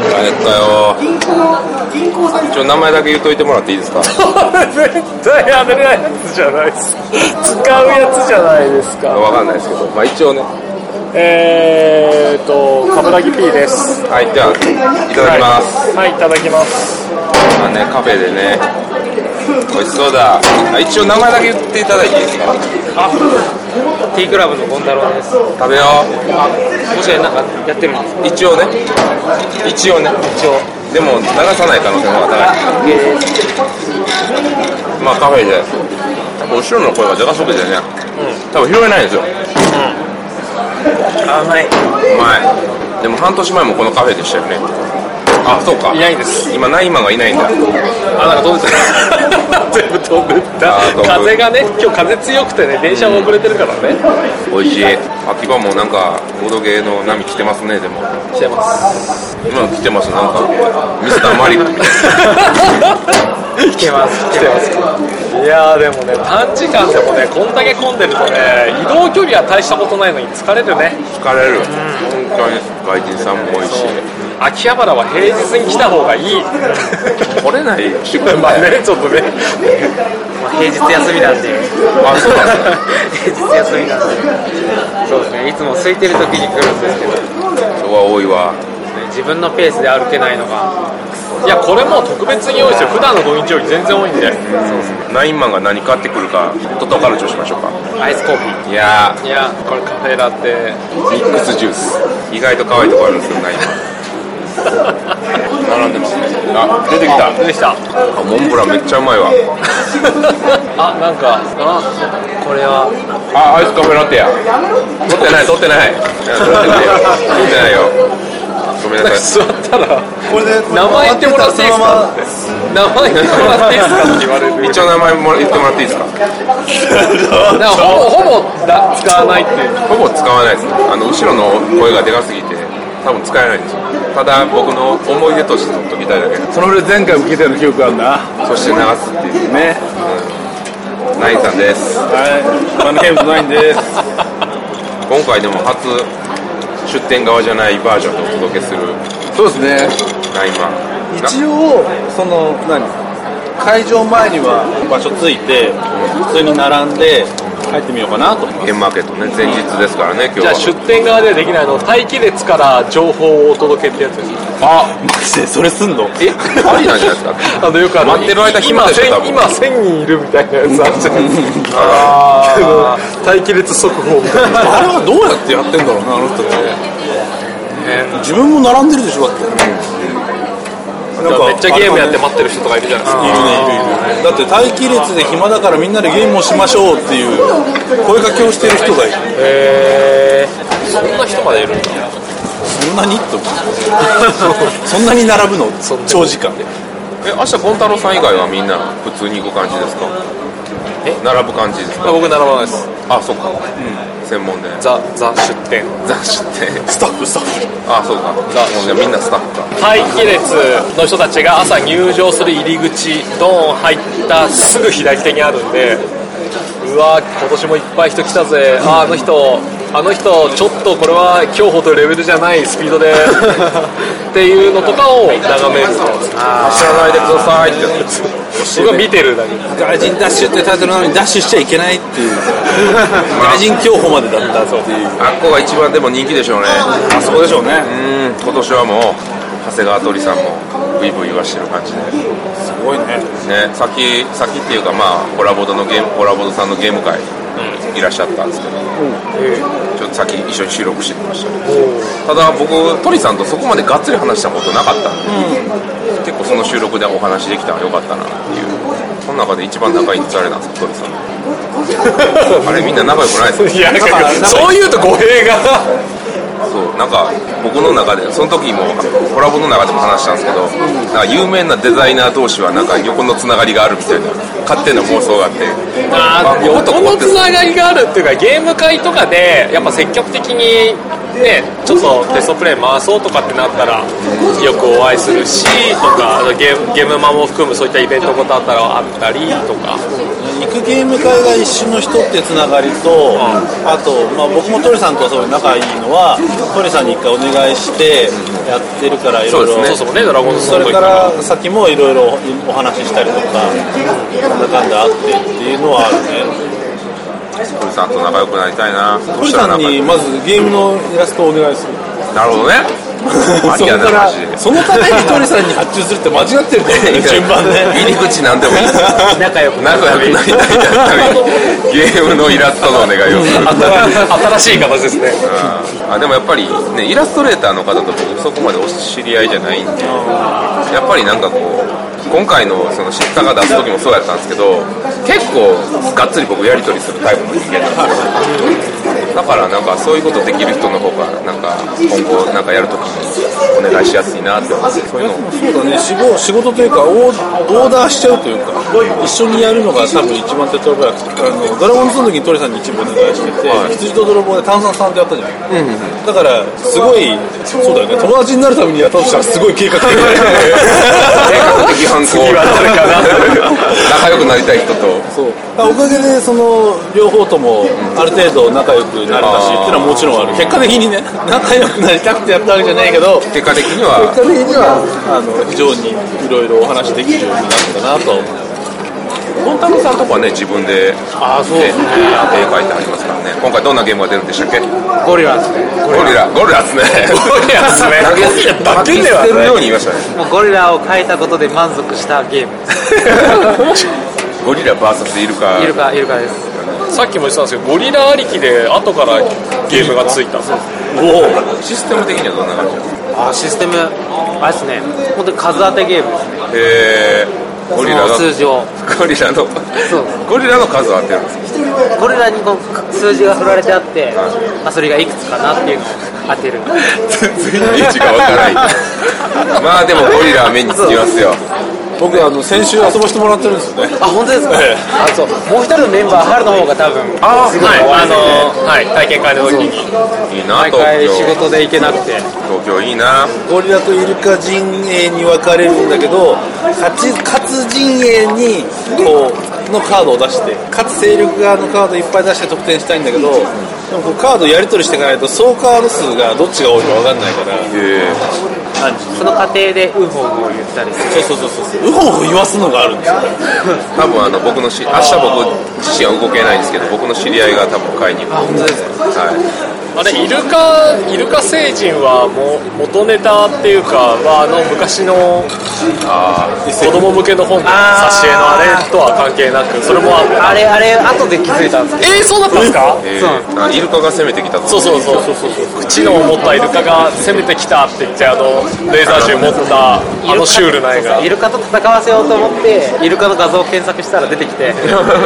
帰ったよ銀行の銀行さんにちょ名前だけ言っといてもらっていいですか絶対あれなやつじゃないです使うやつじゃないですかわかんないですけどまあ一応ねえーっと冠城 P ですはいじゃあいただきます、はい、はい、いただきますまあねカフェでね美味しそうだあ一応名前だけ言っていただいていいですかあ、T クラブのゴン太郎 です。食べよもしなんかやってるんですう一応ね一応ね一応。でも流さない可能性も高オッケーです。いまあカフェでやっぱ後ろの声がでかそうでね、多分拾えないんですよあ、はい。前でも半年前もこのカフェでしたよねあそうかいないです今ナイマンがいないんだあなんか飛んでた全部飛んでったあー飛ぶ風がね今日風強くてね電車も遅れてるからね、おいしい秋葉もなんかボードゲーの波来てますねでも来てます今来てますなんかミスターマリックみたい来てます。来てます。いやーでもね短時間でもねこんだけ混んでるとね移動距離は大したことないのに疲れるねな疲れる本当に外人さんも多いし秋葉原は平日に来た方が いい来れないよ仕事まあねちょっとねまあ、平日休みなんで。あそうなんですか平日休みなんで。そうですね。いつも空いてる時に来るんですけど、今日は多いわ自分のペースで歩けないのが。いやこれもう特別に多いですよ普段の土日より全然多いんでナインマンが何買ってくるかトトカルチョしましょうかアイスコーヒー。いやいやこれカフェラテーミックスジュース意外と可愛いとこあるんですよナインマン並んでますねあ出てきた出てきたあモンブランめっちゃうまいわあなんかあ、これは。あアイスカフェラテや取ってない取ってないいや取ってないよ取ってないよごめんなさい座ったらこれで名前言ってもらっていいですかって名前言ってもらっていいですかって言われる一応名前も言ってもらっていいですかだからほぼほぼだ使わないっていうほぼ使わないですねあの後ろの声がでかすぎて多分使えないんですよただ僕の思い出として取っときたいだけでその俺前回受けてる記憶あるなそして流すっていうねナインさんですはいマネゲームズナインです今回でも初出店側じゃないバージョンでお届けするそうですねナインマン一応その何会場前には場所ついて普通に並んで入ってみようかなと思ってゲームマーケットね前日ですからね今日じゃあは出店側ではできないの待機列から情報をお届けってやつですあマジでそれすんのえありなんじゃないですかあのよくあの待ってる間暇今でしょ千多分今1000人いるみたいなやつあるじ ゃないですか あの待機列速報みたいなあれはどうやってやってんだろうなあの人って自分も並んでるでしょだってなんかめっちゃゲームやって待ってる人とかいるじゃないですかいるねいるいるだって待機列で暇だからみんなでゲームをしましょうっていう声掛けをしてる人がいるへえそんな人までいるんだそんなにと思 ってそんなに並ぶの長時間でえ明日ゴン太郎さん以外はみんな普通に行く感じですかえ並ぶ感じですか僕並ばないですあそうか、専門でザザ出店雑誌ってスタッフスタッフあそうかもうじゃあみんなスタッフか待機列の人たちが朝入場する入り口ドーン入ったすぐ左手にあるんでうわ今年もいっぱい人来たぜあーあの人あの人ちょっとこれは競歩というレベルじゃないスピード でっていうのとかを眺めるみたいな知らないでくださいってやつすごい見てるだけ外人ダッシュってタイトルなのにダッシュしちゃいけないって いう外人競歩までだったっていうあっこが一番でも人気でしょうねあそこでしょうねうん今年はもう長谷川鳥さんもブイブイ言わしてる感じですごいねね先先っていうかまあコラボドのゲームコラボドさんのゲーム会いらっしゃったんですけど、ちょっと先一緒に収録してきましたただ僕鳥さんとそこまでがっつり話したことなかったんで、結構その収録でお話できたのは良かったなっていうその中で一番仲いいのって誰なんですか鳥さんあれみんな仲良くないですかいやなんかそういうと語弊がそうなんか僕の中でその時もコラボの中でも話したんですけどなんか有名なデザイナー同士はなんか横のつながりがあるみたいな勝手な妄想があってああーこことここっのてつながりがあるっていうかゲーム会とかでやっぱ積極的にね、ちょっとテストプレイ回そうとかってなったらよくお会いするしとかあのゲームゲームマンも含むそういったイベントごとあったらあったりとか行くゲーム会が一緒の人ってつながりと、あと、まあ、僕も鳥さんとすごい仲いいのは鳥さんに一回お願いしてやってるからいろいろそうですそうそうねドラゴンズそさんれとか行からら先もいろいろお話ししたりとかなんだかんだあってっていうのはあるね鳥さんと仲良くなりたいなどう鳥したらさん仲良にくまずゲームのイラストをお願いするなるほどねマジそこやかならマジで そのために鳥さんに発注するって間違ってる と思うね順番ね入り口なんでもいいです 仲良くな仲るた良くめになりたいためにゲームのイラストのお願いをする新しい形ですねあでもやっぱりねイラストレーターの方と僕そこまでお知り合いじゃないんでやっぱりなんかこう今回のその知ったが出す時もそうやったんですけど結構がっつり僕やり取りするタイプの人間なんですよだからなんかそういうことできる人の方がなんか今後なんかやるときにお願いしやすいなって思ってそういうのをそうだね仕事仕事というかオーオーダーしちゃうというか一緒にやるのが多分一番手っ取り早くてあのドラゴンズの時に鳥さんに一部お願いしてて、羊と泥棒で炭酸さんとやったじゃない、だからすごいそうだよね友達になるためにやったとしたらすごい計画的だよね計画的犯行 仲良くなりたい人と そうだからおかげでその両方ともある程度仲良くなれたしっていうのはもちろんある結果的にね仲良くなりたくてやったわけじゃないけど結果的には結果的にはあの非常にいろいろお話できるようになったなとは思う本太郎さんとかはね自分であそうね、絵描いてありますからね今回どんなゲームが出るんでしたっけゴゴリラですねリラゴリラっすねゴリラっすね投げゴリラ投だけげで捨はてるように言いましたねもうゴリラを描いたことで満足したゲームですゴリラ VS イルカイルカイルカですさっきも言ってたんですけどゴリラありきで後からゲームがついたんですよおシステム的にはどんな感じなんですあシステムあれですね本当に数当てゲームですねかへーゴリラそのの数字をゴリラのそうゴリラの数を当てるんですかゴリラにこう数字が振られてあって、まあ、それがいくつかなっていうのを当てる全然位置がわからないまあでもゴリラは目につきますよ僕あの先週遊ばせてもらってるんですよね あ本当ですか、ええあそうもう一人のメンバー春の方が多分あすごいはいお会あのはいしてい体験会の時にいいな毎東回仕京事で行けなくて東京いいなゴリラとイルカ陣営に分かれるんだけど勝ち勝つ陣営にこうのカードを出して勝つ勢力側のカードいっぱい出して得点したいんだけどでもこうカードやり取りしていかないと総カード数がどっちが多いか分かんないからへーその過程でウホンを言ったりするそうそうそうそううほうほ言わすのがあるんですよ多分あの僕のし明日僕自身は動けないんですけど僕の知り合いが多分買いに行くあ本当ですかはいあれイルカイルカ星人はもう元ネタっていうか、まあ、あの昔の子供向けの本の挿絵のあれとは関係なくそれもああれあれ後で気づいたんでえー、すそうだったんですかえー、あイルカが攻めてきたとそうそうそうそうそう口の持ったイルカが攻めてきたって言ってあのレーザー銃持ったあのシュールな絵そがうそうイルカと戦わせようと思ってイルカの画像を検索したら出てき て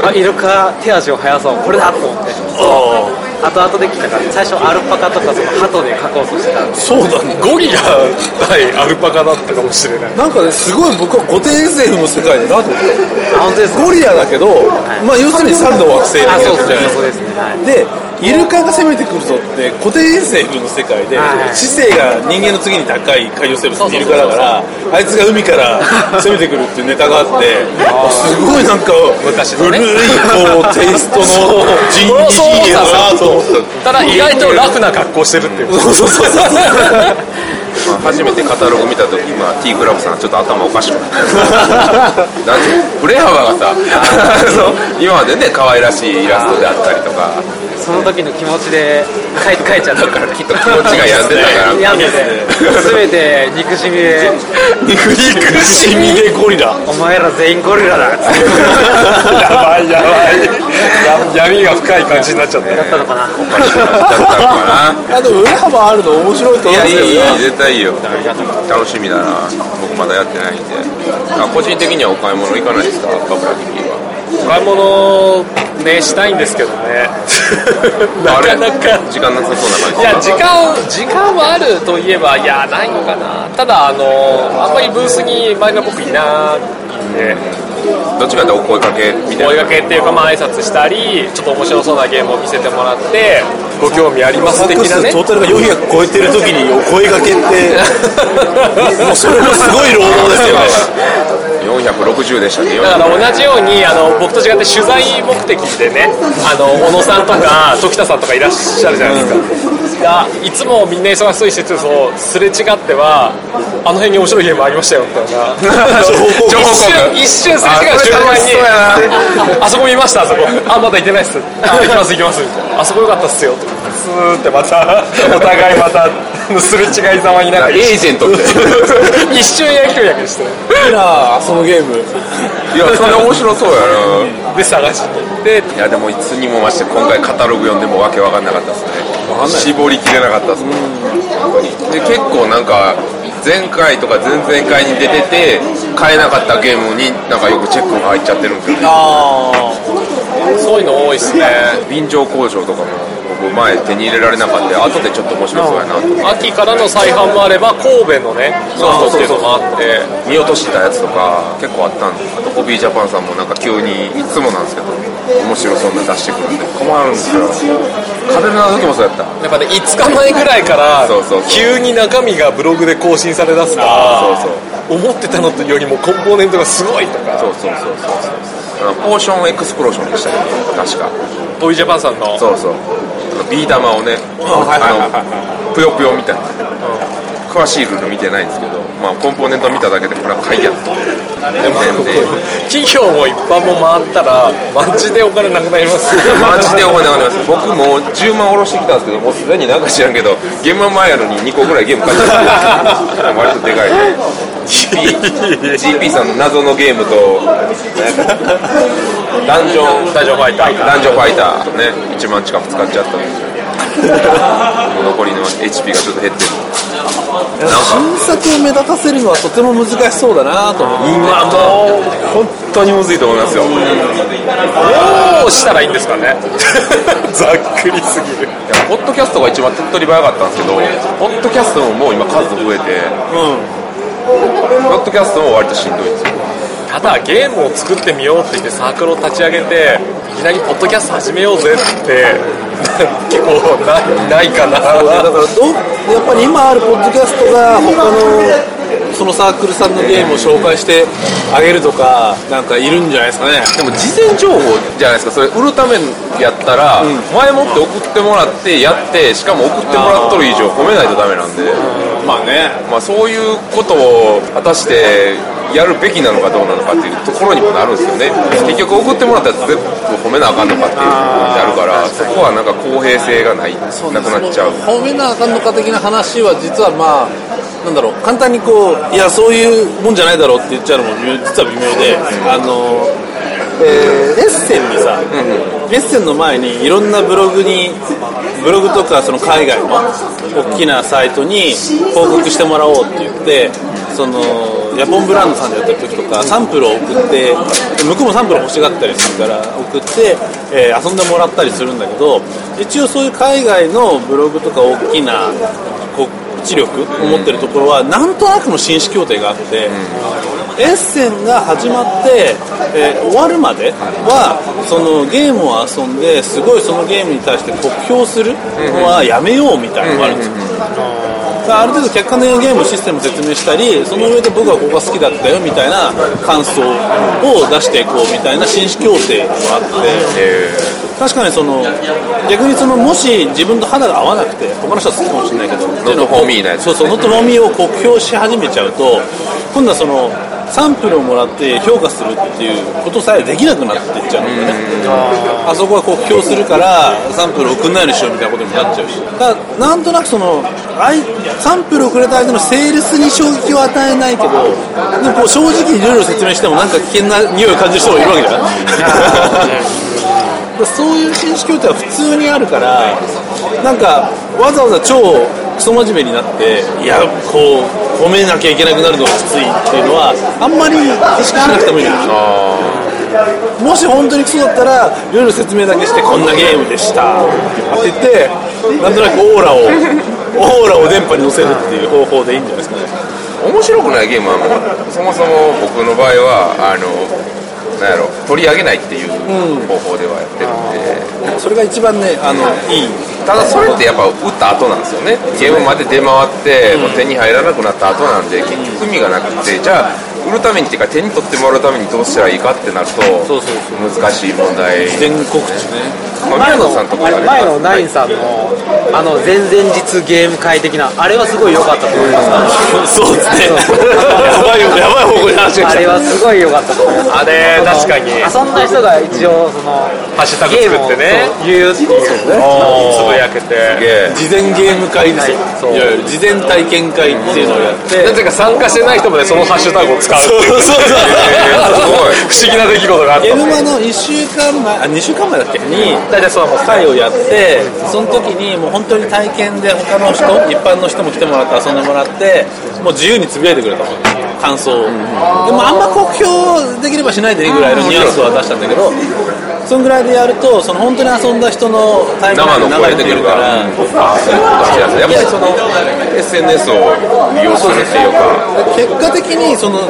あイルカ手足を速そうこれだと思って後々できたから最初アルパカとかそのハトで描こうとしてたんですそうだねゴリラ対アルパカだったかもしれないなんかねすごい僕は古典 SF の世界だなと思ってあ本当ですかゴリラだけど、まあ要するに猿の惑星のあやそうつじゃないですかですねそうですねはいでイルカが攻めてくるぞって固定遠征風の世界ではい知性が人間の次に高い海洋生物そうっそうそうてイルカだからあいつが海から攻めてくるっていうネタがあってあすごいなんか昔の古ねいこうテイストの人そうそう人間だなと思ったただ意外とラフな格好してるっていうそうそうそうそうまあ初めてカタログ見た時まあ T クラブさんちょっと頭おかしくなってなんて振れ幅がさ そう今までね可愛らしいイラストであったりとかその時の気持ちで書い書いちゃったからきっと気持ちが病んでたから病んでて全て憎しみで憎しみでゴリラお前ら全員ゴリラだって やばいやば いや闇が深い感じになっちゃっただったのかなおかしくなっちゃったの かなあでも裏幅あるの面白いとい思うんやでいいすいいよね絶対いいよ楽しみだな僕まだやってないんであ個人的にはお買い物行かないですかバブラギーは買い物ねしたいんですけど ねなかなか時間なさそうな感じいや時間時間はあるといえばいやないのかなただあのあんまりブースに前が僕いないんでどっちかってお声かけみた追いいなかけっていうか、まあ挨拶したりちょっと面白そうなゲームを見せてもらってご興味あります的なねトータルが400超えてる時にお声掛けって、もうそれもすごい労働ですよね。 460でしたねだから同じようにあの僕と違って取材目的でねあの小野さんとか時田さんとかいらっしゃるじゃないですか、がいつもみんな忙しそうにしてるとすれ違ってはあの辺に面白いゲームありましたよみたい な情報交換一瞬一瞬すれ違う瞬間にあこれ楽しああそこ見ましたあそこあまだ行ってないっすあ行きます行きますみたいなあそこ良かったっすよとかスーってまたお互いまたすれ違いざまになって エージェントみたいな一瞬やきとやきしていいなあそのゲーム。いやそれ面白そうやなで探しに行っていやでもいつにもまして今回カタログ読んでもわけわかんなかったですね絞りきれなかったですね本当にで結構なんか前回とか前々回に出てて買えなかったゲームになんかよくチェックが入っちゃってるんですよねそういうの多いっすね便乗工場とかも僕前手に入れられなかった後でちょっと面白そうやなと秋からの再販もあれば神戸のねソフトっていうのもあって見落としてたやつとか結構あったんであとホビージャパンさんもなんか急にいつもなんですけど面白そうなの出してくるんで困るんですよ風の時もそうやったなんかね5日前ぐらいからそうそうそう急に中身がブログで更新されだすからそうそう思ってたのよりもコンポーネントがすごいとかそうそうそうそうそうあのポーションエクスプローションでしたよね確かトイジャパンさんのそうそうあのビー玉をねあのぷよぷよみたいな詳しいルール見てないんですけどまあコンポーネント見ただけでこれは買いやんとでもでも企業も一般も回ったらマジでお金なくなりますよ マジでお金なくなります僕もう10万下ろしてきたんですけどもうすでになんか知らんけどゲームは前やのに2個ぐらいゲーム買っちゃってる割とでかい GP, GP さんの謎のゲームとダンジョン大丈夫ファイター男女ファイターとね1万近く使っちゃったんですよ もう残りの HP がちょっと減ってる新作を目立たせるのはとても難しそうだなと思って。今もう本当にむずいと思いますよどうしたらいいんですかねざっくりすぎいるやポッドキャストが一番手っ取り早かったんですけどポッドキャストももう今数増えて、ポッドキャストも割としんどいんですよただゲームを作ってみようって言ってサークルを立ち上げていきなりポッドキャスト始めようぜって 結構ないないかなだからどやっぱり今あるポッドキャストが他のそのサークルさんのゲームを紹介してあげるとかなんかいるんじゃないですかねでも事前情報じゃないですかそれ売るためやったら、前もって送ってもらってやってしかも送ってもらっとる以上褒めないとダメなんでまあねまあ、そういうことを果たしてやるべきなのかどうなのかっていうところにもなるんですよね結局送ってもらったやつ全部褒めなあかんのかっていうことになるからそこはなんか公平性がないなそくうねなっちゃうその褒めなあかんのか的な話は実はまあなんだろう簡単にこういやそういうもんじゃないだろうって言っちゃうのも実は微妙であの、えーレッスンにさ、レッスンの前にいろんなブログにブログとかその海外の大きなサイトに報告してもらおうって言ってそのヤポンブランドさんでやってる時とかサンプルを送って向こうもサンプル欲しがったりするから送って、えー遊んでもらったりするんだけど一応そういう海外のブログとか大きなこう知力を持ってるところはなんとなくの紳士協定があって。エッセンが始まって、えー終わるまではそのゲームを遊んですごいそのゲームに対して酷評するのはやめようみたいなのがあるんですよだからある程度客観的なゲームシステムを説明したりその上で僕はここが好きだったよみたいな感想を出していこうみたいな紳士協定があって確かにその逆にそのもし自分と肌が合わなくて他の人は好きかもしれないけどっていうのを Not for me なやつそうそうノットフォーミーを酷評し始めちゃうと今度はそのサンプルをもらって評価するっていうことさえできなくなっていっちゃうのでねあそこは酷評するからサンプル送んないようにしようみたいなことにもなっちゃうしだからなんとなくその相サンプルをくれた相手のセールスに衝撃を与えないけどでもこう正直にルールを説明してもなんか危険な匂いを感じる人もいるわけじゃないだからそういう紳士協定は普通にあるからなんかわざわざ超クソ真面目になっていやこう褒めなきゃいけなくなるのがきついっていうのはあんまり意識しなくてもいいんですよもし本当にクソだったらルール説明だけしてこんなゲームでしたって言ってなんとなくオーラをオーラを電波に乗せるっていう方法でいいんじゃないですかね面白くないゲームはもうそもそも僕の場合はあのなんやろ取り上げないっていう方法ではやってるんで、それが一番ねあのいいただそれってやっぱ打った後なんですよねゲームまで出回って、もう手に入らなくなった後なんで結局意味がなくてじゃあ売るためにっていうか手に取ってもらうためにどうしたらいいかってなるとそうそう難しい問題全国地ね まあ宮前の野さんとかあがれね前のナインさんの、あの前々日ゲーム会的なあれはすごい良かったと思いますそうですねやばいよやばい方向に話があ来れはすごい良かったと思いますたあれ確かにハ遊んだ人が一応そのッシュタグゲーム作っをてねそう言うっていつうぶやけてで事前ゲーム会ってそういわゆる事前体験会っていうのをやってなぜか参加してない人までそのハッシュタグを使うっていうそうそう不思議な出来事があっゲたームマの1週間前あ2週間前だっけに大体そうも会をやってその時にもう本当に体験で他の人一般の人も来てもらって遊んでもらってもう自由につぶやいてくれたもん感想を、でもあんま酷評できればしないでいいぐらいのニュアンスは出したんだけどそのぐらいでやるとその本当に遊んだ人の体験生のが声流れて出てくるくるか、かららあそういうことかやっぱりその SNS を利用するっていうか、結果的にその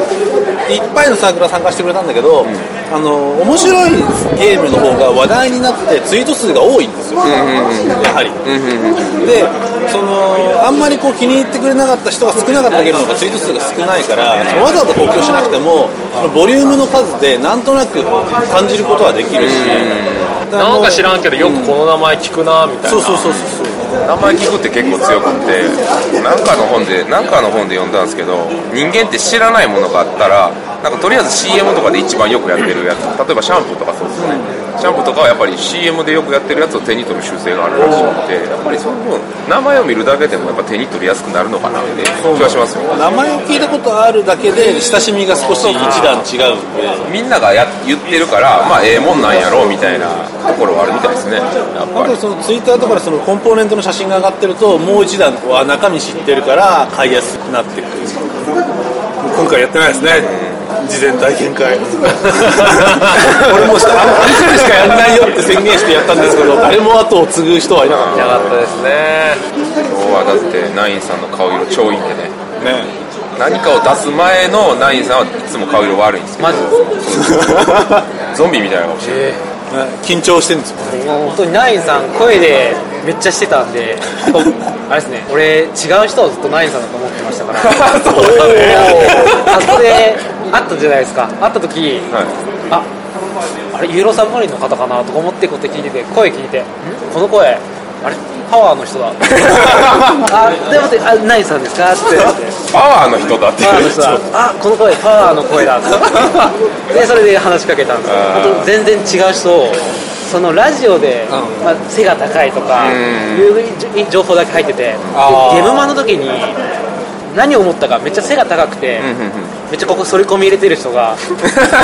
いっぱいのサークルが参加してくれたんだけど、あの面白いゲームの方が話題になってツイート数が多いんですよ、やはり、でそのあんまりこう気に入ってくれなかった人が少なかったゲームの方がツイート数が少ないからわざわざ補強しなくてもそのボリュームの数でなんとなく感じることはできるし、だらなもうんか知らんけどよくこの名前聞くなみたいそうなそうそうそうそう名前聞くって結構強くって、なんかの本で、なんかの本で読んだんですけど、人間って知らないものがあったら、なんかとりあえず CM とかで一番よくやってるやつ、例えばシャンプーとかそうですね、シャンプーとかはやっぱり CM でよくやってるやつを手に取る習性があるらしくて、やっぱりその分、名前を見るだけでもやっぱ手に取りやすくなるのかなって気がしますよ。名前を聞いたことあるだけで親しみが少し一段違うんでみんながや言ってるから、まあ、ええもんなんやろうみたいなところはあるみたいですね、やっあぱとり。そのツイッターとかでそのコンポーネントの写真が上がってるともう一段は中身知ってるから買いやすくなってくる今回やってないですね事前体験会俺 もしたあのあの人しかやんないよって宣言してやったんですけど誰も後を継ぐ人はいなかっいなかったですね今日はだってナインさんの顔色超いいんでねたね何かを出す前のナインさんはいつも顔色悪いんですけどマジゾンビみたいな顔してる緊張してるんですよもう本当にナインさん声でめっちゃしてたん であれですね俺違う人をずっとナインさんだと思ってましたから 撮影あったじゃないですか会った時、はいああれユーロサブマリンの方かなとか思ってこうやって聞いてて声聞いてんこの声あれパワーの人 だあでもってあナインさんですかって言ってパワーの人だってパワーいのう人だあこの声パワーの声だ でそれで話しかけたんですよあー本当全然違う人をそのラジオで、まあ、背が高いとかいう情報だけ入っててであーゲームマンの時に何を思ったかめっちゃ背が高くて、うんうんうんめっちゃここ反り込み入れてる人 が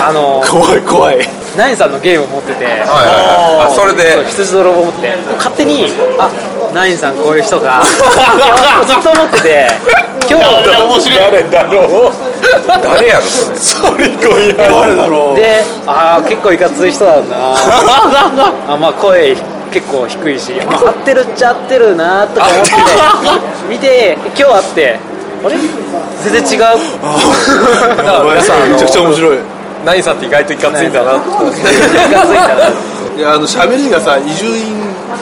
あの怖い怖いナインさんのゲームを持ってて、はいはいはいあそれそうで羊泥棒持って勝手にあナインさんこういう 人がずっと思ってて今日誰だろう誰やろそれ誰だろうでああ結構いかつい人だ なあまあ声結構低いし、まあ、合ってるっちゃ合ってるなとか思って 見て今日会ってあれ全然違うだから皆さんあのめちゃくちゃ面白いナインさんって意外といかついんだな全然いかついんだないやあの喋りがさ伊集院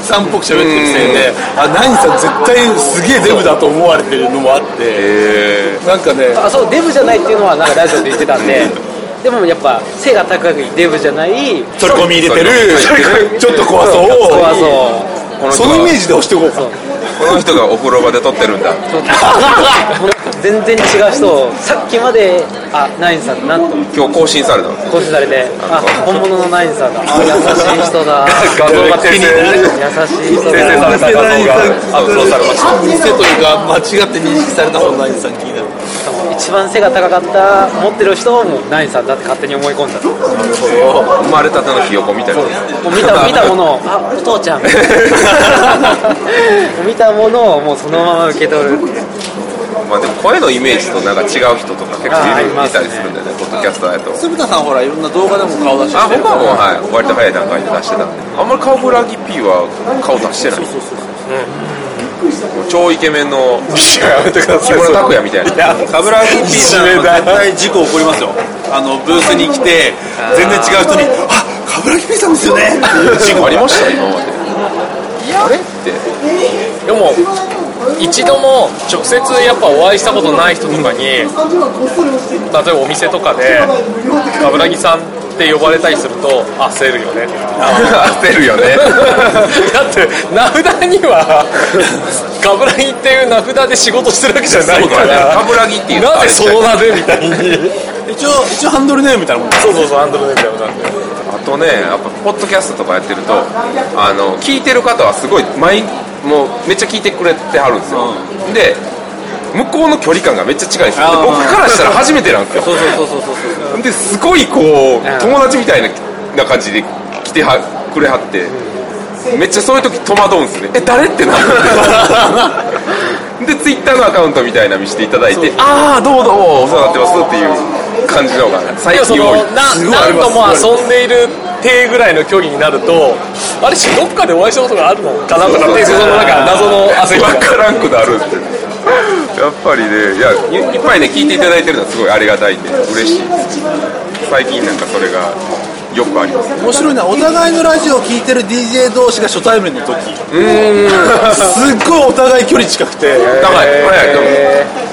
さんっぽく喋ってるせいであナインさん絶対すげえデブだと思われてるのもあってえなんかね あそうデブじゃないっていうのはなんかラジオで言ってたんででもやっぱ背が高くデブじゃない取り込み入れて取り込るちょっと怖そう怖そうー、この人そのイメーがジで押していこうかこの人がお風呂場で撮ってるんだ全然違う人をさっきまであナインさんだなと今日更新されたんです更新されてあ本物のナインさんだあ優しい人だ画像が訂正優しい人訂正された画だ像がアップロードされました店というか間違って認識された方がナインさん気になる 一番背が高かった持ってる人をもうナインさんだって勝手に思い込んだも生まれたてのひよこみたいなう見 た見たものをあお父ちゃ ん見たものをもうそのまま受け取る まあでも声のイメージとなんか違う人とか結構あーあいりるま見すたねりするんだよねポッドキャスターやと鶴田さんほらいろんな動画でも顔出しあしてる僕はかもうらはい割と早い段階で出してたんであんまり顔ブラギ P は顔出してないそうそうそう超イケメンのいややめてくだ木村拓哉みたいなやカブラギ P さんは絶対事故起こりますよあのブースに来て全然違う人に「あカブラギ P さんですよね」っていう事故あありりまましした今まであれってでも一度も直接やっぱお会いしたことない人とかに例えばお店とかで「冠城さん」って呼ばれたりすると「あセールよね」 焦るよ ねだって名札には「冠城」っていう名札で仕事してるわけじゃないかそうだねら冠城っていうのはなぜその名でみたいにた一応一応ハンドルネームみたいなもんそうそうそうアンドロネみたいなんであとねやっぱポッドキャストとかやってるとあの聞いてる方はすごい毎もうめっちゃ聞いてくれてはるんですよ、で向こうの距離感がめっちゃ近いんですよであー僕からしたら初めてなんですよそうそうそうそうそうですごいこう友達みたいなな感じで来てはくれはってめっちゃそういう時戸惑うんですねえ誰ってなるん ですよでツイッターのアカウントみたいな見していただいてああどうどうお世話になってますっていう感じの方が最でもそ近多のいなすごいあり何ま度すも遊んでいる手ぐらいの距離になるとあれしどっかでお会いしたことがあるのかなとかっていうそのなんか謎の焦りが分からんくなるってやっぱりねいやいいっぱいね聞いていただいてるのはすごいありがたいんで嬉しいです最近なんかそれがよくあります面白いなお互いのラジオを聞いてる DJ 同士が初対面の時すっごいお互い距離近くてだから早いと思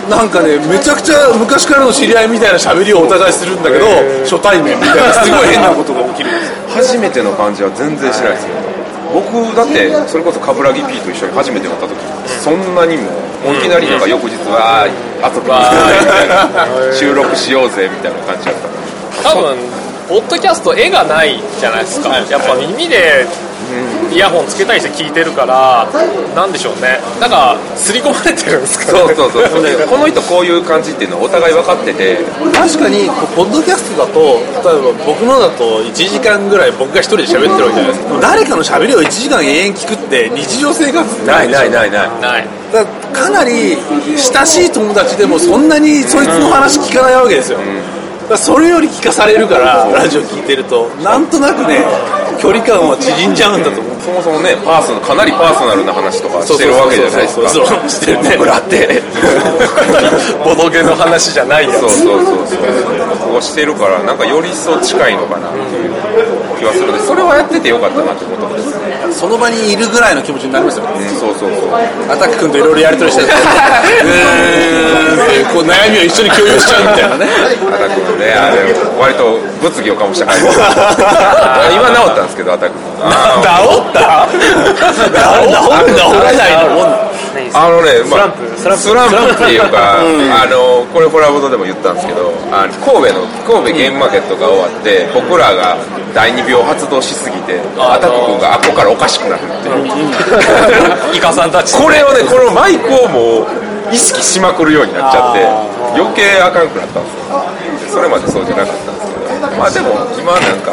うなんかねめちゃくちゃ昔からの知り合いみたいな喋りをお互いするんだけど初対面みたいなすごい変なことが起きる初めての感じは全然しないですよ僕だってそれこそ冠城 P と一緒に初めて乗った時そんなにもいきなりとか翌日は遊びに行くみたいな 収録しようぜみたいな感じだったから多分ポッドキャスト絵がないじゃないですか、やっぱ耳でイヤホンつけたりして聞いてるからなんでしょうねなんか刷り込まれてるんですかねそうそうそうそうこの人こういう感じっていうのはお互い分かってて確かにこうポッドキャストだと例えば僕のだと1時間ぐらい僕が一人で喋ってるわけじゃないですかでも誰かの喋りを1時間延々聞くって日常生活にないないいないないないだからかなり親しい友達でもそんなにそいつの話聞かないわけですよ、だからそれより聞かされるからラジオ聞いてるとなんとなくね距離感は縮んじゃうんだと思うそもそもねパーソナかなりパーソナルな話とかしてるわけじゃないですかそうそうそう してるね裏ってボドゲの話じゃないやつそうそうそうそうそうこうしてるからなんかより一層近いのかなっていう気はするのでそれはやっててよかったなってことですね、その場にいるぐらいの気持ちになりますようん、そうそうそうアタック君といろいろやり取りした りしてこう悩みを一緒に共有しちゃうみたいなねアタックもね、あれ割と物議を醸して帰る今治ったんですけど、アタックも。あ治った治った治らないのもんなあのね、まあ、スランプスランプっていう か、あのこれ、ホラボドでも言ったんですけど、あの神戸の神戸ゲームマーケットが終わって、僕らが第2秒発動しすぎて、アタック君があここからおかしくなるって、イカさんたちこれをね、このマイクをもう意識しまくるようになっちゃって、余計あかんくなったんですよ、それまでそうじゃなかったんですけど、まあでも、今はなんか、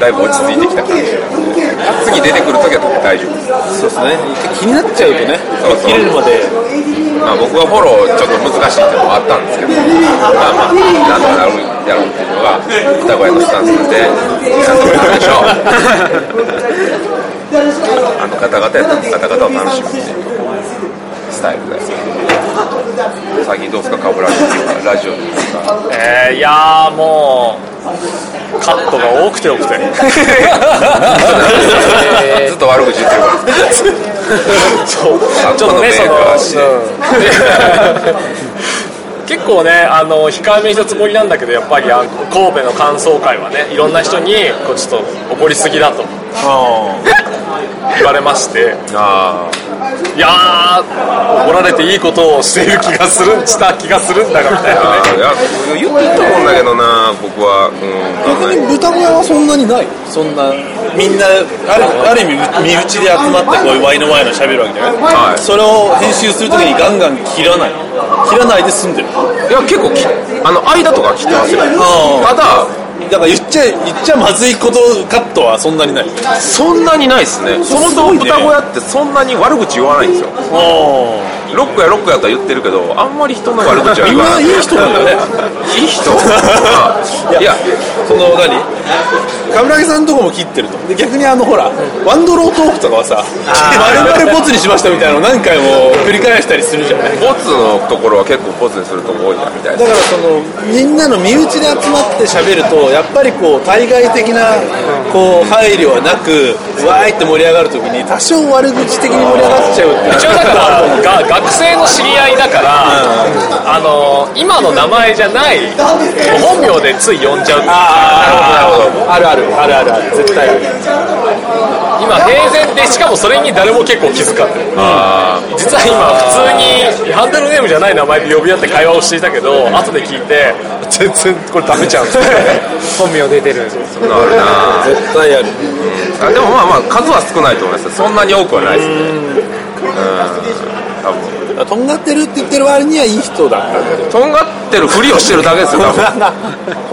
だいぶ落ち着いてきた感じなんで、次出てくるときは特に大丈夫です。そうですね気になっちゃうとねそうそう切れるまでまあ、僕はフォローちょっと難しいってのもあったんですけど、まあまあ、なんとかなるんやろうっていうのが、歌声のスタンスなんで、なんとかなるでしょう。あの方々やったら方々を楽しみにしてるスタイルです。最近どうですか、カブラジオラジオに。えー、いやーもうカットが多くて多くてずっと悪口言ってるから。そうちカットょっとねそのメーカーはしの、うん結構ねあの控えめにしたつもりなんだけどやっぱりあの神戸の感想会はねいろんな人にこうちょっと怒りすぎだと言われましてあいやー怒られていいことをしている気がするした気がするんだがみたいなねあ、いや、言ってたもんだけどな、僕は。うん、逆に豚小屋はそんなにないそんなみんなあるある意味身内で集まってこういうワイのワイの喋るわけだよね、はいそれを編集するときにガンガン切らない切らないで済んでるいや、結構き、あの、間とか切ってますよ。ただ、だから言っちゃ言っちゃまずいことカットはそんなにないそんなにないですねそもそもすごいね豚小屋ってそんなに悪口言わないんですよあロックやロックやとは言ってるけどあんまり人の悪口は言わ ないみんないい人なんだよいい人 あいやその何冠城さんのとこも切ってるとで逆にあのほらワンドロートークとかはさ丸々ボツにしましたみたいなの何回も繰り返したりするじゃないボツのところは結構ボツにするとこ多いなみたいだなからそのみんなの身内で集まって喋るとやっぱりこう対外的なこう配慮はなくわーいって盛り上がるときに多少悪口的に盛り上がっちゃうっていう一応だからが学生の知り合いだから、あの今の名前じゃない本名でつい呼んじゃうああなるほどなるほどあるあるあるある絶対ある今平然でしかもそれに誰も結構気づかんでる実は今普通にハンドルネームじゃない名前で呼び合って会話をしていたけど後で聞いて全然これダメ じゃんって本名出てるそんなのあるな絶対あるあでもまあまあ数は少ないと思いますそんなに多くはないですねうん多分とんがってるって言ってる割にはいい人だったんだよとんがってるふりをしてるだけですよ多分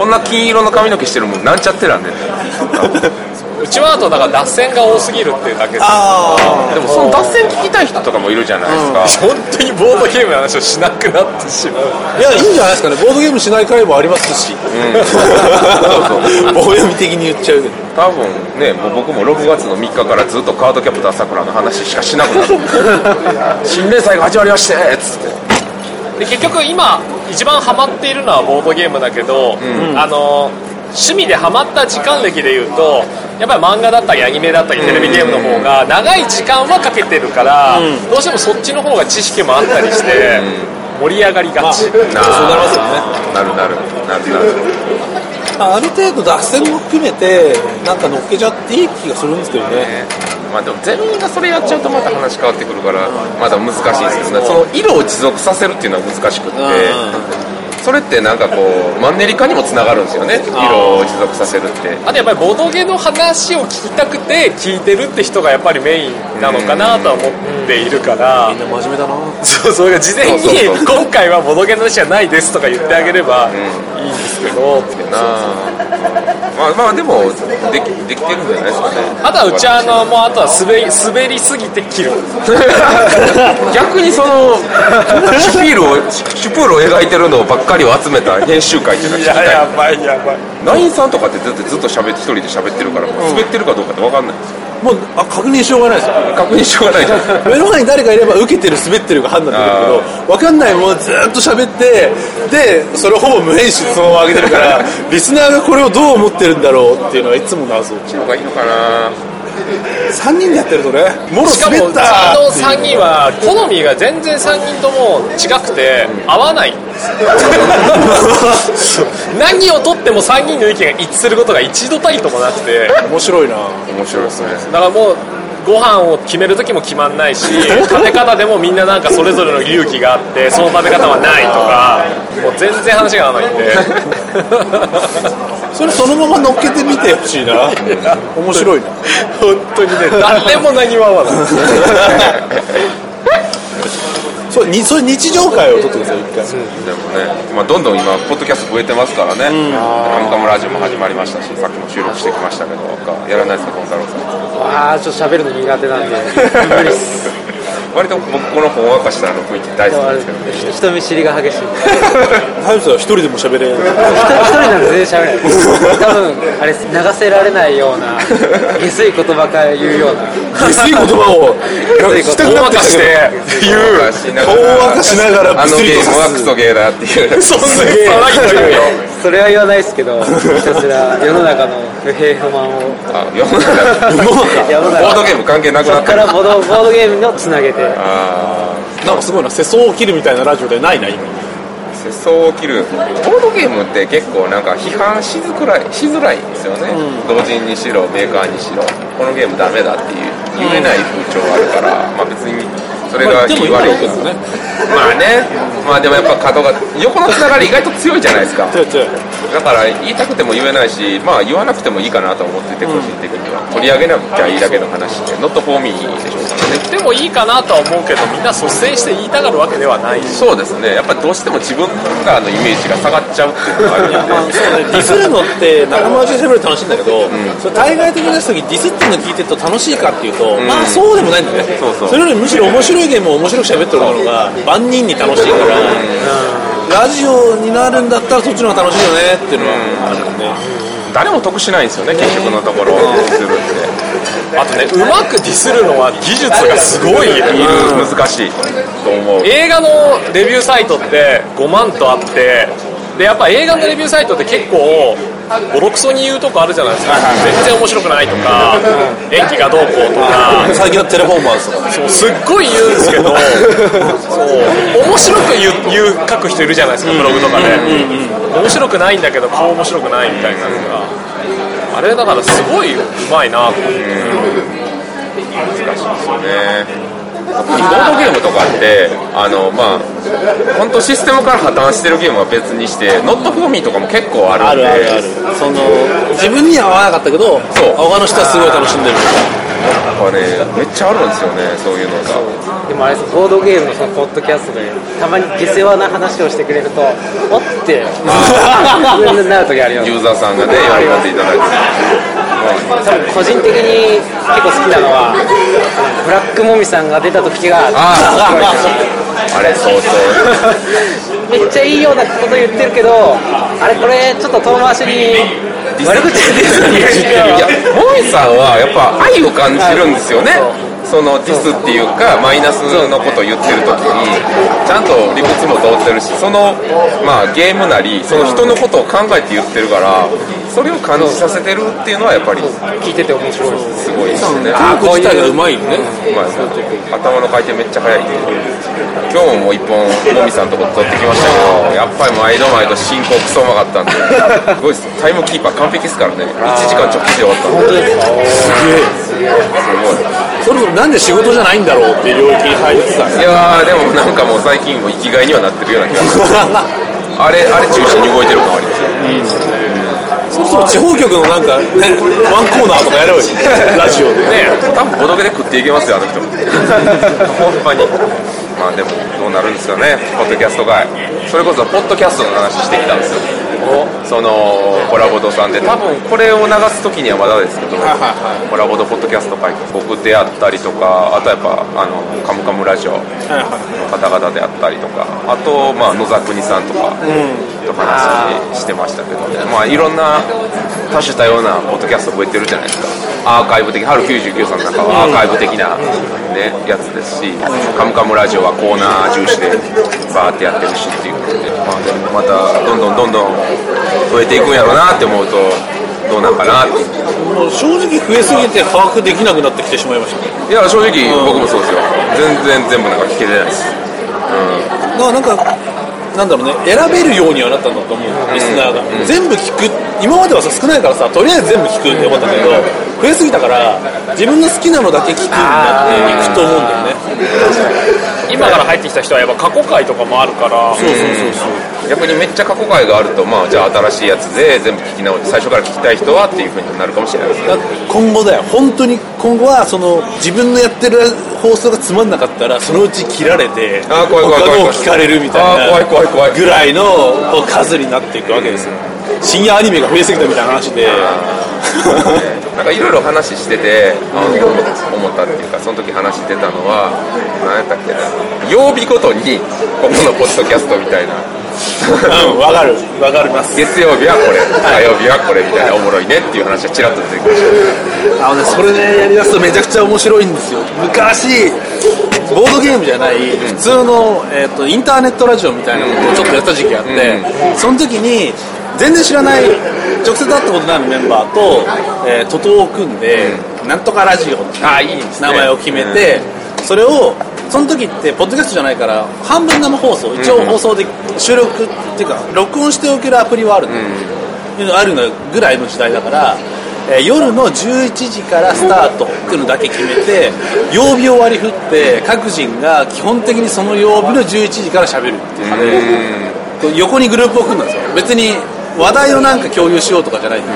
こんな金色の髪の毛してるもんなんちゃってなんでうちはあとだから脱線が多すぎるっていうだけであでもその脱線聞きたい人とかもいるじゃないですか、本当にボードゲームの話をしなくなってしまうあいやいいんじゃないですかねボードゲームしない会もありますし、 棒読み的に言っちゃうけど多分ねもう僕も6月の3日からずっとカードキャプターさくらの話しかしなく なる新連載が始まりましてっつってで結局今一番ハマっているのはボードゲームだけど、あの趣味でハマった時間歴でいうとやっぱり漫画だったりアニメだったりテレビゲームの方が長い時間はかけてるから、どうしてもそっちの方が知識もあったりして盛り上がりがち、なそうなりますよねなるなるなるなるまあある程度脱線も含めてなんか乗っけちゃっていい気がするんですけどねまあでも全員がそれやっちゃうとまた話変わってくるからまだ難しいですよねその色を持続させるっていうのは難しくってそれってなんかこうマンネリ化にもつながるんですよね色を持続させるってあとやっぱりボドゲの話を聞きたくて聞いてるって人がやっぱりメインなのかなとは思っているから、みんな真面目だなそうそれが事前にそうそうそう今回はボドゲの話じゃないですとか言ってあげればいいんですけど、なまあまあでもできできてるんじゃないですかねあとはうちはあのもうあとは滑り滑りすぎて切る逆にそのシュピールをシュプールを描いてるのばっかりを集めた編集会っていうのは聞きたいばいやばいナインさんとかってずっとずっと喋って一人で喋ってるからもう滑ってるかどうかって分かんないんですよもうあ確認しようがないですよ確認しようがないじゃないですか目の前に誰かいれば受けてる滑ってるが判断できるけど分かんないままずっと喋ってでそれをほぼ無編集でそのまま上げてるからリスナーがこれをどう思ってるんだろうっていうのはいつも謎3の方がいいのかな人でやってるとねもろしかも滑うっちのた3人は好みが全然3人とも違くて合わ ないんですよ何をとっても3人の意見が一致することが一度たりともなくて面白いな面白いですねだからもうご飯を決める時も決まんないし食べ方でもみんななんかそれぞれの勇気があってその食べ方はないとかもう全然話が合わないん でそれそのまま乗っけてみてほしいな面白いな本当にね誰も何も合わないそれにそれ日常会を撮ってください一回でもね、まあ、どんどん今、ポッドキャスト増えてますからね、カムカムラジオも始まりましたし、さっきも収録してきましたけど、やらないですか、コン太郎さん。ああちょっと喋るの苦手なんで無理っ す割と僕、このほんわかしたあの雰囲気大好きなんですけど、人見知りが激しいタイムさんは一人でも喋れない一人一人なんて全然喋れない多分あれ流せられないような下水言葉から言うような下水言葉を聞きたく大なっまてかきしたけ て言う、ど大かしながらあの物理ゲとームはクソゲーだって いう、そんな騒ぎというよ それは言わないですけどひたすら世の中の不平不 満をあ世の中世の ボード中ゲーム関係なくそなこっかたらボードボードゲームのつなげてなんかすごいな世相を切るみたいなラジオでないな今世相を切る、ボードゲームって結構、なんか批判しづらいしづらいんですよね、同人にしろ、メーカーにしろ、このゲームダメだっていう、言えない風潮があるから、まあ、別にそれがで言もい悪い今ことねまあねまあでもやっぱ角が横のつながり意外と強いじゃないですかちょいちょいだから言いたくても言えないし、まあ、言わなくてもいいかなと思ってて、個人的には、取り上げなきゃいいだけの話で、ノットフォーミーでしょうからね。でもいいかなとは思うけどみんな率先して言いたがるわけではないしそうですね、やっぱりどうしても自分らのイメージが下がっちゃうっていうのがあるまあんで、そうね、ディスるのって仲間内で喋ると楽しいんだけど、それ対外的なやつにディスってるの聞いてると楽しいかっていうと、まあそうでもないんだよねそうそうれよりむしろ面白いゲームを面白く喋ってるのが万人に楽しいから、ラジオになるんだったらそっちの方が楽しいよねっていうのはあるよね、 誰も得しないんですよね、結局のところ、するって。あとねうまくディスるのは技術がすごいいるいる、難しいと思う。映画のレビューサイトって5万とあってでやっぱ映画のレビューサイトって結構ボロクソに言うとこあるじゃないですか全然面白くないとか演技がどうこうとか 最近のテレフォーマーズとかそうすっごい言うんですけどそう面白く言う言う書く人いるじゃないですかブログとかで面白くないんだけど顔面白くないみたいなのがあれだからすごいうまいなと思ってね特にボードゲームとかってあのまあ本当システムから破綻してるゲームは別にしてノットフォーミーとかも結構あるんでその自分には合わなかったけどそう他の人はすごい楽しんでやるっぱねめっちゃあるんですよねそういうのがでもあれですボードゲームのそのポッドキャストでたまに下世話な話をしてくれるとおってなる時あるよユーザーさんがね喜んでいただいて個人的に結構好きなのはブラックモミさんが出た時があああれそうそうめっちゃいいようなこと言ってるけどあれこれちょっと遠回しに悪口い言ってるやモイさんはやっぱ愛を感じるんですよねそのディスっていうかマイナスのことを言ってる時にちゃんと理屈も通ってるしその、まあ、ゲームなりその人のことを考えて言ってるからそれを感じさせてるっていうのはやっぱり聞いてて面白いですすごいですねトーク自体がうまいよね、まあ頭の回転めっちゃ速いんで今日ももう一本もみさんとこ撮ってきましたけどやっぱり毎度毎度進行クソうまかったんです ごいですタイムキーパー完璧ですからね1時間直近で終わったんですそろそろなんで仕事じゃないんだろうっていう領域に入ってたんごいいやーでもなんかもう最近も生きがいにはなってるような気が するあれあれ中心に動いてる感ありますよそろそろ地方局のなんか、ね、ワンコーナーとかやろうよ、 ラジオで。ね多分ボドゲで食っていけますよあの人ほんまにまあでもどうなるんですかねポッドキャスト会それこそポッドキャストの話してきたんですよそのコラボドさんで多分これを流す時にはまだですけどコラボドポッドキャスト会僕であったりとかあとやっぱあのカムカムラジオの方々であったりとかあと、まあ、野沢国さんとかと話してましたけどね、まあいろんな多種多様なポッドキャスト増えてるじゃないですかアーカイブ的春99さんなんかはアーカイブ的な、ね、やつですし「カムカムラジオ」はコーナー重視でバーってやってるしっていうことで、まあ、でもまたどんどんどんどん増えていくんやろうなって思うとどうなんかなっていもう正直増えすぎて把握できなくなってきてしまいましたね。や正直僕もそうですよ全然全部なんか聞けてないですだからなんか、なんだろうね、選べるようにはなったんだと思う、リスナーが。全部聞く、今まではさ、少ないからさ、とりあえず全部聞くって思ったんだけど、増えすぎたから、自分の好きなのだけ聞くんだっていくと思うんだよね。今から入ってきた人はやっぱ過去回とかもあるからそうそうそうそう。逆にめっちゃ過去回があるとまあじゃあ新しいやつで全部聞き直して最初から聞きたい人はっていうふうになるかもしれないですねだ今後だよ本当に今後はその自分のやってる放送がつまんなかったらそのうち切られてあー怖い怖い怖い他のを聞かれるみたいなあー怖い怖い怖いぐらいのこう数になっていくわけですよ深夜アニメが増えすぎたみたいな話でなんかいろいろ話してて、あの思ったっていうか、その時話してたのは、何やったっけな、曜日ごとに、ここのポッドキャストみたいな、うんわかるわかります月曜日はこれ、火曜日はこれみたいな、おもろいねっていう話がちらっと出てきました。あのね、それね、やりだすとめちゃくちゃ面白いんですよ。昔、ボードゲームじゃない、普通の、えっとインターネットラジオみたいなことをちょっとやった時期があって、その時に、全然知らない、直接会ったことないメンバーと、えー、徒党を組んで、なんとかラジオってあ、いいです名前を決めて、それを、その時って、ポッドキャストじゃないから、半分生放送、一応放送で収録っていうか、録音しておけるアプリはあるの、いうのあるのぐらいの時代だから、えー夜の11時からスタートっていうのだけ決めて曜日を割り振って各人が基本的にその曜日の11時から喋るっていうのでこう横にグループを組んだんですよ別に話題をなんか共有しようとかじゃないんで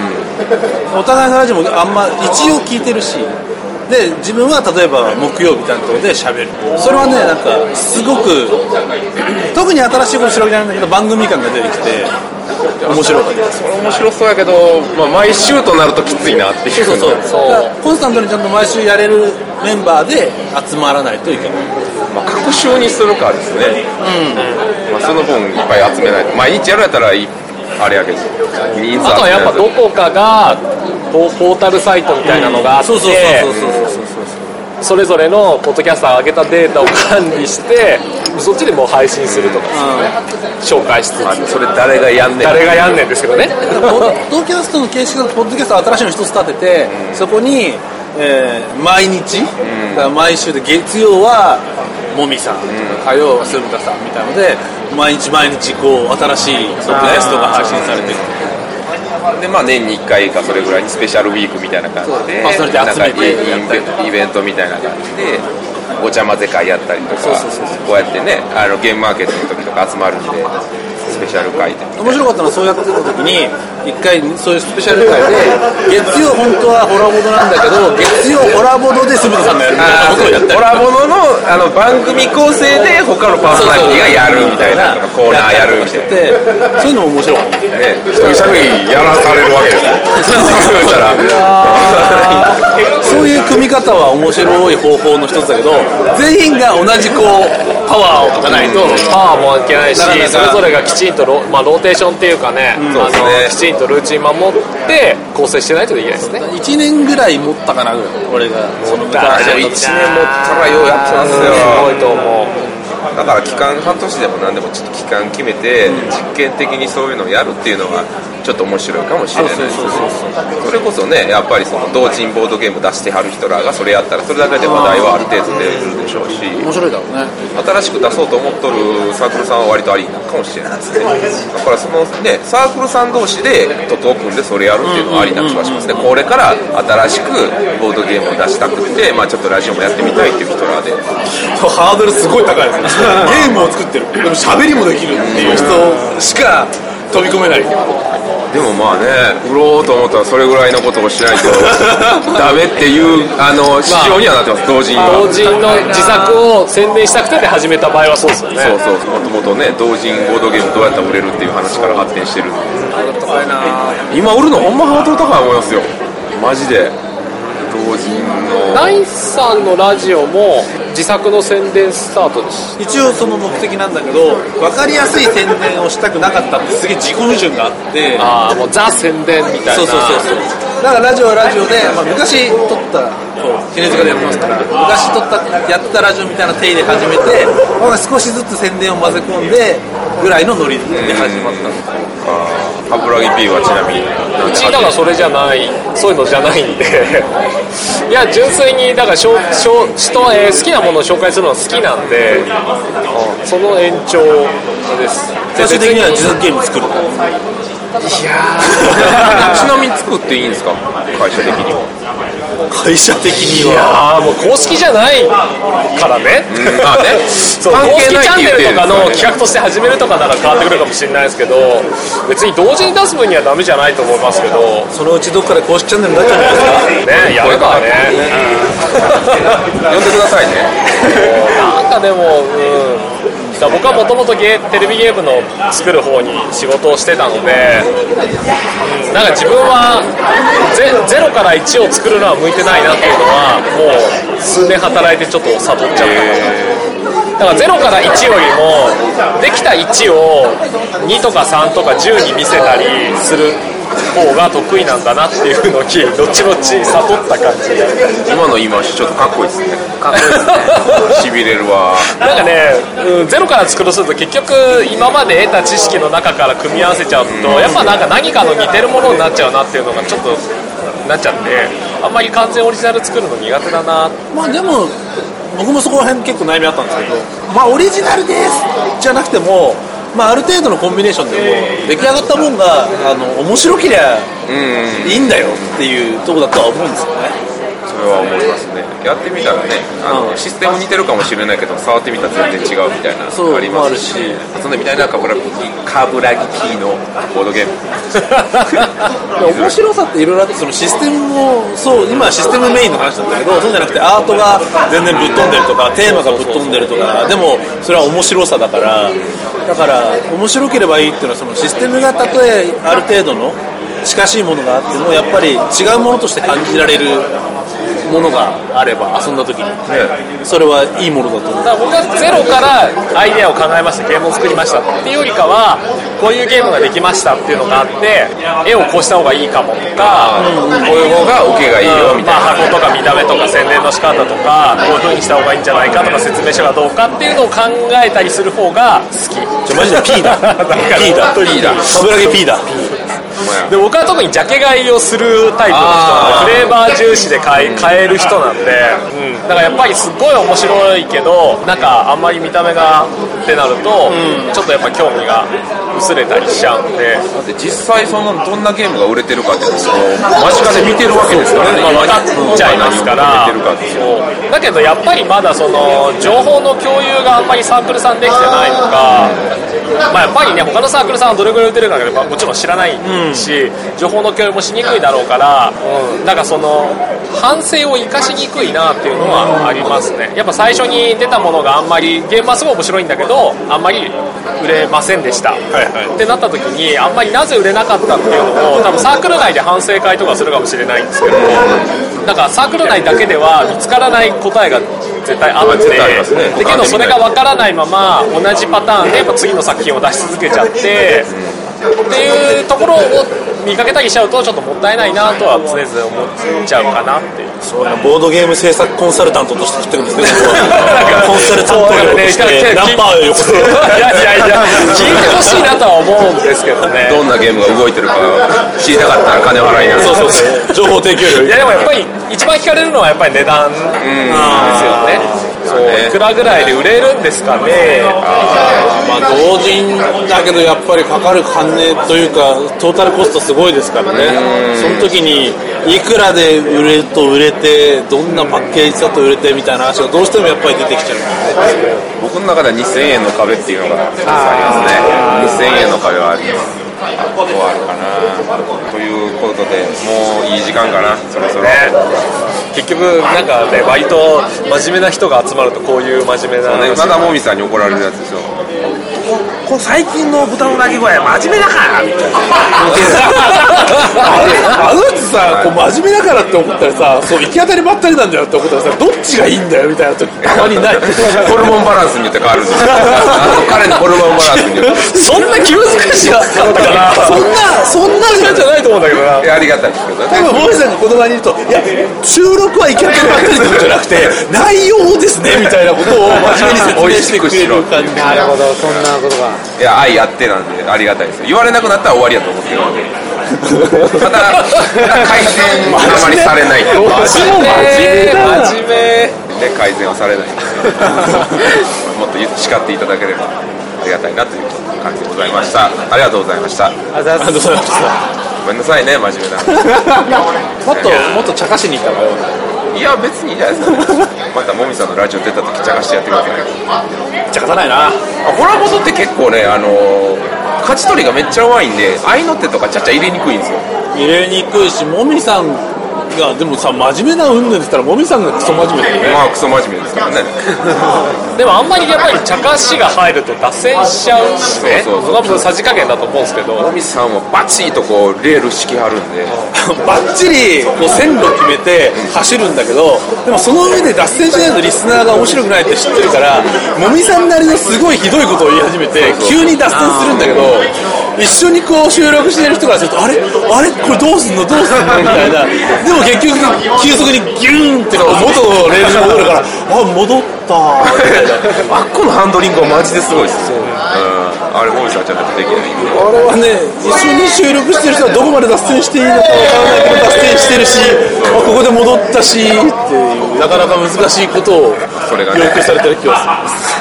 お互いの話もあんま一応聞いてるしで自分は例えば木曜日担当で喋るそれはねなんかすごく特に新しいことしてるわけじゃないんだけど番組感が出てきて面白かったですこれ面白そうやけど、まあ、毎週となるときついなっていうのはそうコンスタントにちゃんと毎週やれるメンバーで集まらないといけないまあ、各週にするかですね、まあ、その分いっぱい集めないと毎日やるやったらいいあれやけど人数あとはやっぱど集こかがポポータルサイトみたいなのがあってそうそうそうそうそうそうそれぞれのポッドキャスター上げたデータを管理してそっちでもう配信するとかですよね紹介しつめないとあつそれ誰がやんねん誰がやんねんですけどねポッドキャストの形式だとポッドキャストを新しいの一つ立てて、そこに、えー毎日、だから毎週で月曜はもみさん、火曜はすみたさんみたいので毎日毎日こう新しいポッドキャストが配信されてるでまあ年に1回かそれぐらいにスペシャルウィークみたいな感じでパーソナリティ集めてなんかイベイベントみたいな感じでお茶混ぜ会やったりとかこうやってねあのゲームマーケットの時とか集まるんでスペシャル会で面白かったのはそうやってた時に一回そういうスペシャル会で月曜本当はホラボドなんだけど月曜ホラボドで住田さんがやるみたいなコラことをやったりボののあの番組構成で他のパーソナリティがやるみたいなとかコーナーやるみたいなでそういうのも面白かったね一人しゃべりやらされるわけ ですよそうしたらそういう組み方は面白い方法の一つだけど全員が同じこうパワーを持たないとパワーもいけないしなかなかそれぞれがきちんとロ,、まあ、ローテーションっていうかね,、あのそうですねきちんとルーチン守って構成してないといけないですね1年ぐらい持ったかなぐらい俺がそのあでも1年持ったらようやってますよすごいと思うだから期間半年でも何でもちょっと期間決めて実験的にそういうのをやるっていうのがちょっと面白いかもしれないですねそれこそねやっぱりその同人ボードゲーム出してはる人らがそれやったらそれだけで話題はある程度出るでしょうし面白いだろうね新しく出そうと思っとるサークルさんは割とありなのかもしれないですねだからそのねサークルさん同士でトトを組んでそれやるっていうのはありな気がしますねこれから新しくボードゲームを出したくてまあちょっとラジオもやってみたいっていう人らでハードルすごい高いです ねゲームを作ってるでも喋りもできるっていう人しか飛び込めないでもまあね売ろうと思ったらそれぐらいのことをしないとダメっていうあの市場にはなってます同人は同人の自作を宣伝したくてで始めた場合はそうですよねそうそうもともとね同人ボードゲームどうやったら売れるっていう話から発展してるんで今売るのほんまハードル高い思いますよマジで同人のナインさんのラジオも自作の宣伝スタートです一応その目的なんだけど分かりやすい宣伝をしたくなかったってすげえ自己矛盾があってああもうザ宣伝みたいなそうそうそうそうだからラジオはラジオで、まあ、昔撮った絹塚でやってますから昔撮ったやってたラジオみたいな手入れ始めて、まあ、少しずつ宣伝を混ぜ込んでぐらいのノリで始まったの油木 P はちなみに うちだからそれじゃないそういうのじゃないんで いや純粋にだからしょしょ人、えー好きなものを紹介するのは好きなんでその延長です最終的には自作ゲーム作るちなみに作っていいんですか会社的には会社的にあはあもう公式じゃないからねうんまあね そう公式チャンネルとかの関係ないって言ってるんですよね企画として始めるとかなら変わってくるかもしれないですけど別に同時に出す分にはダメじゃないと思いますけどそのうちどっかで公式チャンネルになっちゃうんじゃないですかねやればね呼んでくださいねなんかでも、うん、だから僕はもともとゲーテレビゲームの作る方に仕事をしてたので、うん、なんか自分はゼゼロから1を作るのは向いてないなっていうのはもう数年働いてちょっと悟っちゃっただからゼロから1よりもできた1を2とか3とか10に見せたりする方が得意なんだなっていうのに後々悟った感じで今の言い回しちょっとかっこいいですねかっこいい ですねしびれるわなんかね、うん、ゼロから作ろうとすると結局今まで得た知識の中から組み合わせちゃうと、やっぱなんか何かの似てるものになっちゃうなっていうのがちょっとなっちゃってあんまり完全オリジナル作るの苦手だなまあでも僕もそこら辺結構悩みあったんですけどまあオリジナルですじゃなくてもまあ、ある程度のコンビネーションでも出来上がったもんがあの面白けりゃうんいいんだよっていうとこだとは思うんですよねそれは思いますねやってみたらねあの、うんシステム似てるかもしれないけど触ってみたら全然違うみたいなそうありますしもそんでみたいなカブラギカブラギキーのボードゲームいや面白さっていろいろあってそのシステムもそう今はシステムメインの話なんだけどそうじゃなくてアートが全然ぶっ飛んでるとかテーマがぶっ飛んでるとかでもそれは面白さだからだから面白ければいいっていうのはそのシステムがたとえある程度の近しいものがあってもやっぱり違うものとして感じられるものがあれば遊んだ時にそれはいいものだと思うだから僕はゼロからアイデアを考えましたゲームを作りましたっていうよりかはこういうゲームができましたっていうのがあって絵をこうした方がいいかもとか、こういう方がオケがいいよみたいな、まあ、箱とか見た目とか宣伝の仕方とかこういう風にした方がいいんじゃないかとか説明書がどうかっていうのを考えたりする方が好きじゃマジで P だ P だ P だ冠城 P だで僕は特にジャケ買いをするタイプの人なあーんでフレーバー重視で買い買える人なんで、うん、だからやっぱりすっごい面白いけどなんかあんまり見た目がってなると、ちょっとやっぱ興味が薄れたりしちゃうんでだって実際そんなどんなゲームが売れてるかっていうのを間近で見てるわけですからねまあ、分かっちゃいますから今何が売れてるかっていうそうだけどやっぱりまだその情報の共有があんまりサークルさんできてないとか、まあ、やっぱりね他のサークルさんはどれぐらい打てるかなんかもちろん知らないし、情報の共有もしにくいだろうから、なんかその反省を生かしにくいなっていうのはありますねやっぱ最初に出たものがあんまりゲームはすごい面白いんだけどあんまり売れませんでした、ってなった時にあんまりなぜ売れなかったっていうのを多分サークル内で反省会とかするかもしれないんですけどなんかサークル内だけでは見つからない答えが絶対あって絶対ありますねだけどそれが分からないまま同じパターンでやっぱ次の作品を出し続けちゃってっていうところを見かけたりしちゃうとちょっともったいないなとは常々思っちゃうかなっていう。そうやボードゲーム制作コンサルタントとして来てるんですね僕なんはかコンサルタント業としてナンパーをよこせいやいやいや聞いてほしいなとは思うんですけどねどんなゲームが動いてるか知りたかったら金払いなそうそう そう 情報提供い料やでもやっぱり一番聞かれるのはやっぱり値段ですよねそうねいくらぐらいで売れるんですかねまあ同人だけどやっぱりかかる金というかトータルコストすごいですからねその時にいくらで売れると売れてどんなパッケージだと売れてみたいな話がどうしてもやっぱり出てきちゃう僕の中では2000円の壁っていうのが一つありますね2000円の壁はありますあとはあるかなということでもういい時間かなそろそろ、結局なんかね割と真面目な人が集まるとこういう真面目なねまだもみさんに怒られるやつですよこう最近の豚の鳴き声は真面目だからみたいなあのやつさこう真面目だからって思ったらさそう行き当たりばったりなんだよって思ったらさどっちがいいんだよみたいな時たまにないホルモンバランスによって変わるんですよあの彼のホルモンバランスによってそんな気難しかったかなそんなそんなじゃないと思うんだけどないやありがたいですけどね多分、モリさんが言葉に言うと、いや、収録は行き当たりばったりってことじゃなくて、内容ですね、みたいなことを真面目に説明してくれる感じ。 なるほどそんなことがいや愛あってなんでありがたいですよ言われなくなったら終わりやと思ってるのでただ改善もあまりされないと真面目で改善はされない もっと叱っていただければありがたいなという感じでございましたありがとうございましたありがとうございますごめんなさいね真面目なもっと、もっと茶化しに行った方がいや別にいいじゃないですか、ね、またもみさんのラジオ出た時茶化してやってください茶化さないな。あコラボとって結構ねあのー勝ち取りがめっちゃ弱いんで合いの手とかちゃっちゃ入れにくいんですよ入れにくいし、もみさんが、でもさ、真面目な運動でしたら、もみさんがクソ真面目だよね。まあクソ真面目ですからねでもあんまりやっぱり茶化しが入ると脱線しちゃうしねそうそうそう僕はもうさじ加減だと思うんですけどもみさんはバチッとこうレール敷き張るんで バッチリこう線路決めて走るんだけどでもその上で脱線しないとリスナーが面白くないって知ってるからもみさんなりのすごいひどいことを言い始めて急に脱線するんだけど一緒にこう収録してる人からするとあれあれこれどうすんのどうすんのみたいなでも結局急速にギューンってこう元のレールに戻るからあ戻ったみたいなあっこのハンドリングはマジですごいですよ、うん、あれもみさんちゃんとできないあれはね、一緒に収録してる人はどこまで脱線していいのかわからないけど脱線してるし、あここで戻ったしっていう、なかなか難しいことをそれがね要求されてる気が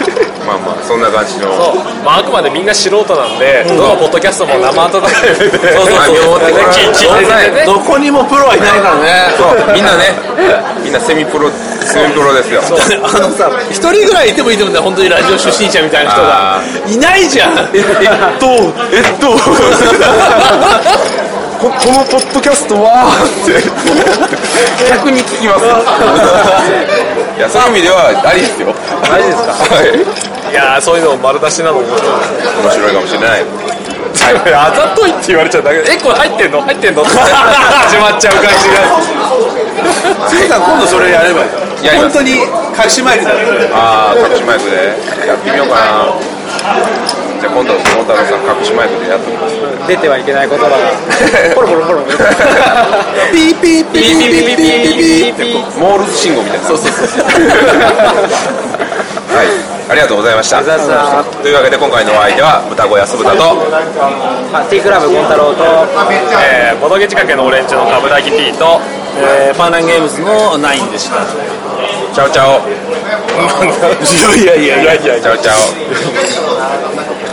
する。まあまあそんな感じのそうまあ、あくまでみんな素人なんで、どのポッドキャストも生温かい目で、そうそう聞いててね、どこにもプロはいないからねそうみんなねみんなセミプロセミプロですよあのさ一人ぐらいいてもいいと思うんだよ本当にラジオ初心者みたいな人があいないじゃん えっとえっとここのポッドキャストは逆に聞きますいやそういう意味ではありですよマジですかはいいやー、そういうの丸出しなの面白い面白いかもしれないあざといって言われちゃうんだけど、え、これ入ってんの 入ってんのって始まっちゃう感じが。杉さん今度それやればいいやります本当に隠しマイクだよああ隠しマイクでやってみようかなじゃあ今度桃太郎さん隠しマイクでやってみます出てはいけない言葉がポロポロポロポロピーピーピーピーピーピーピーピーモールス信号みたいなそうそうそうはいありがとうございましたりがとうございまというわけで今回のお相手は豚小屋酢豚とあティークラブゴン太郎とえー、ボドゲ近くのオレンジの冠城 P と、えーパンランゲームズのナインでしたチャオチャオいやいやいやいやチャオチャオ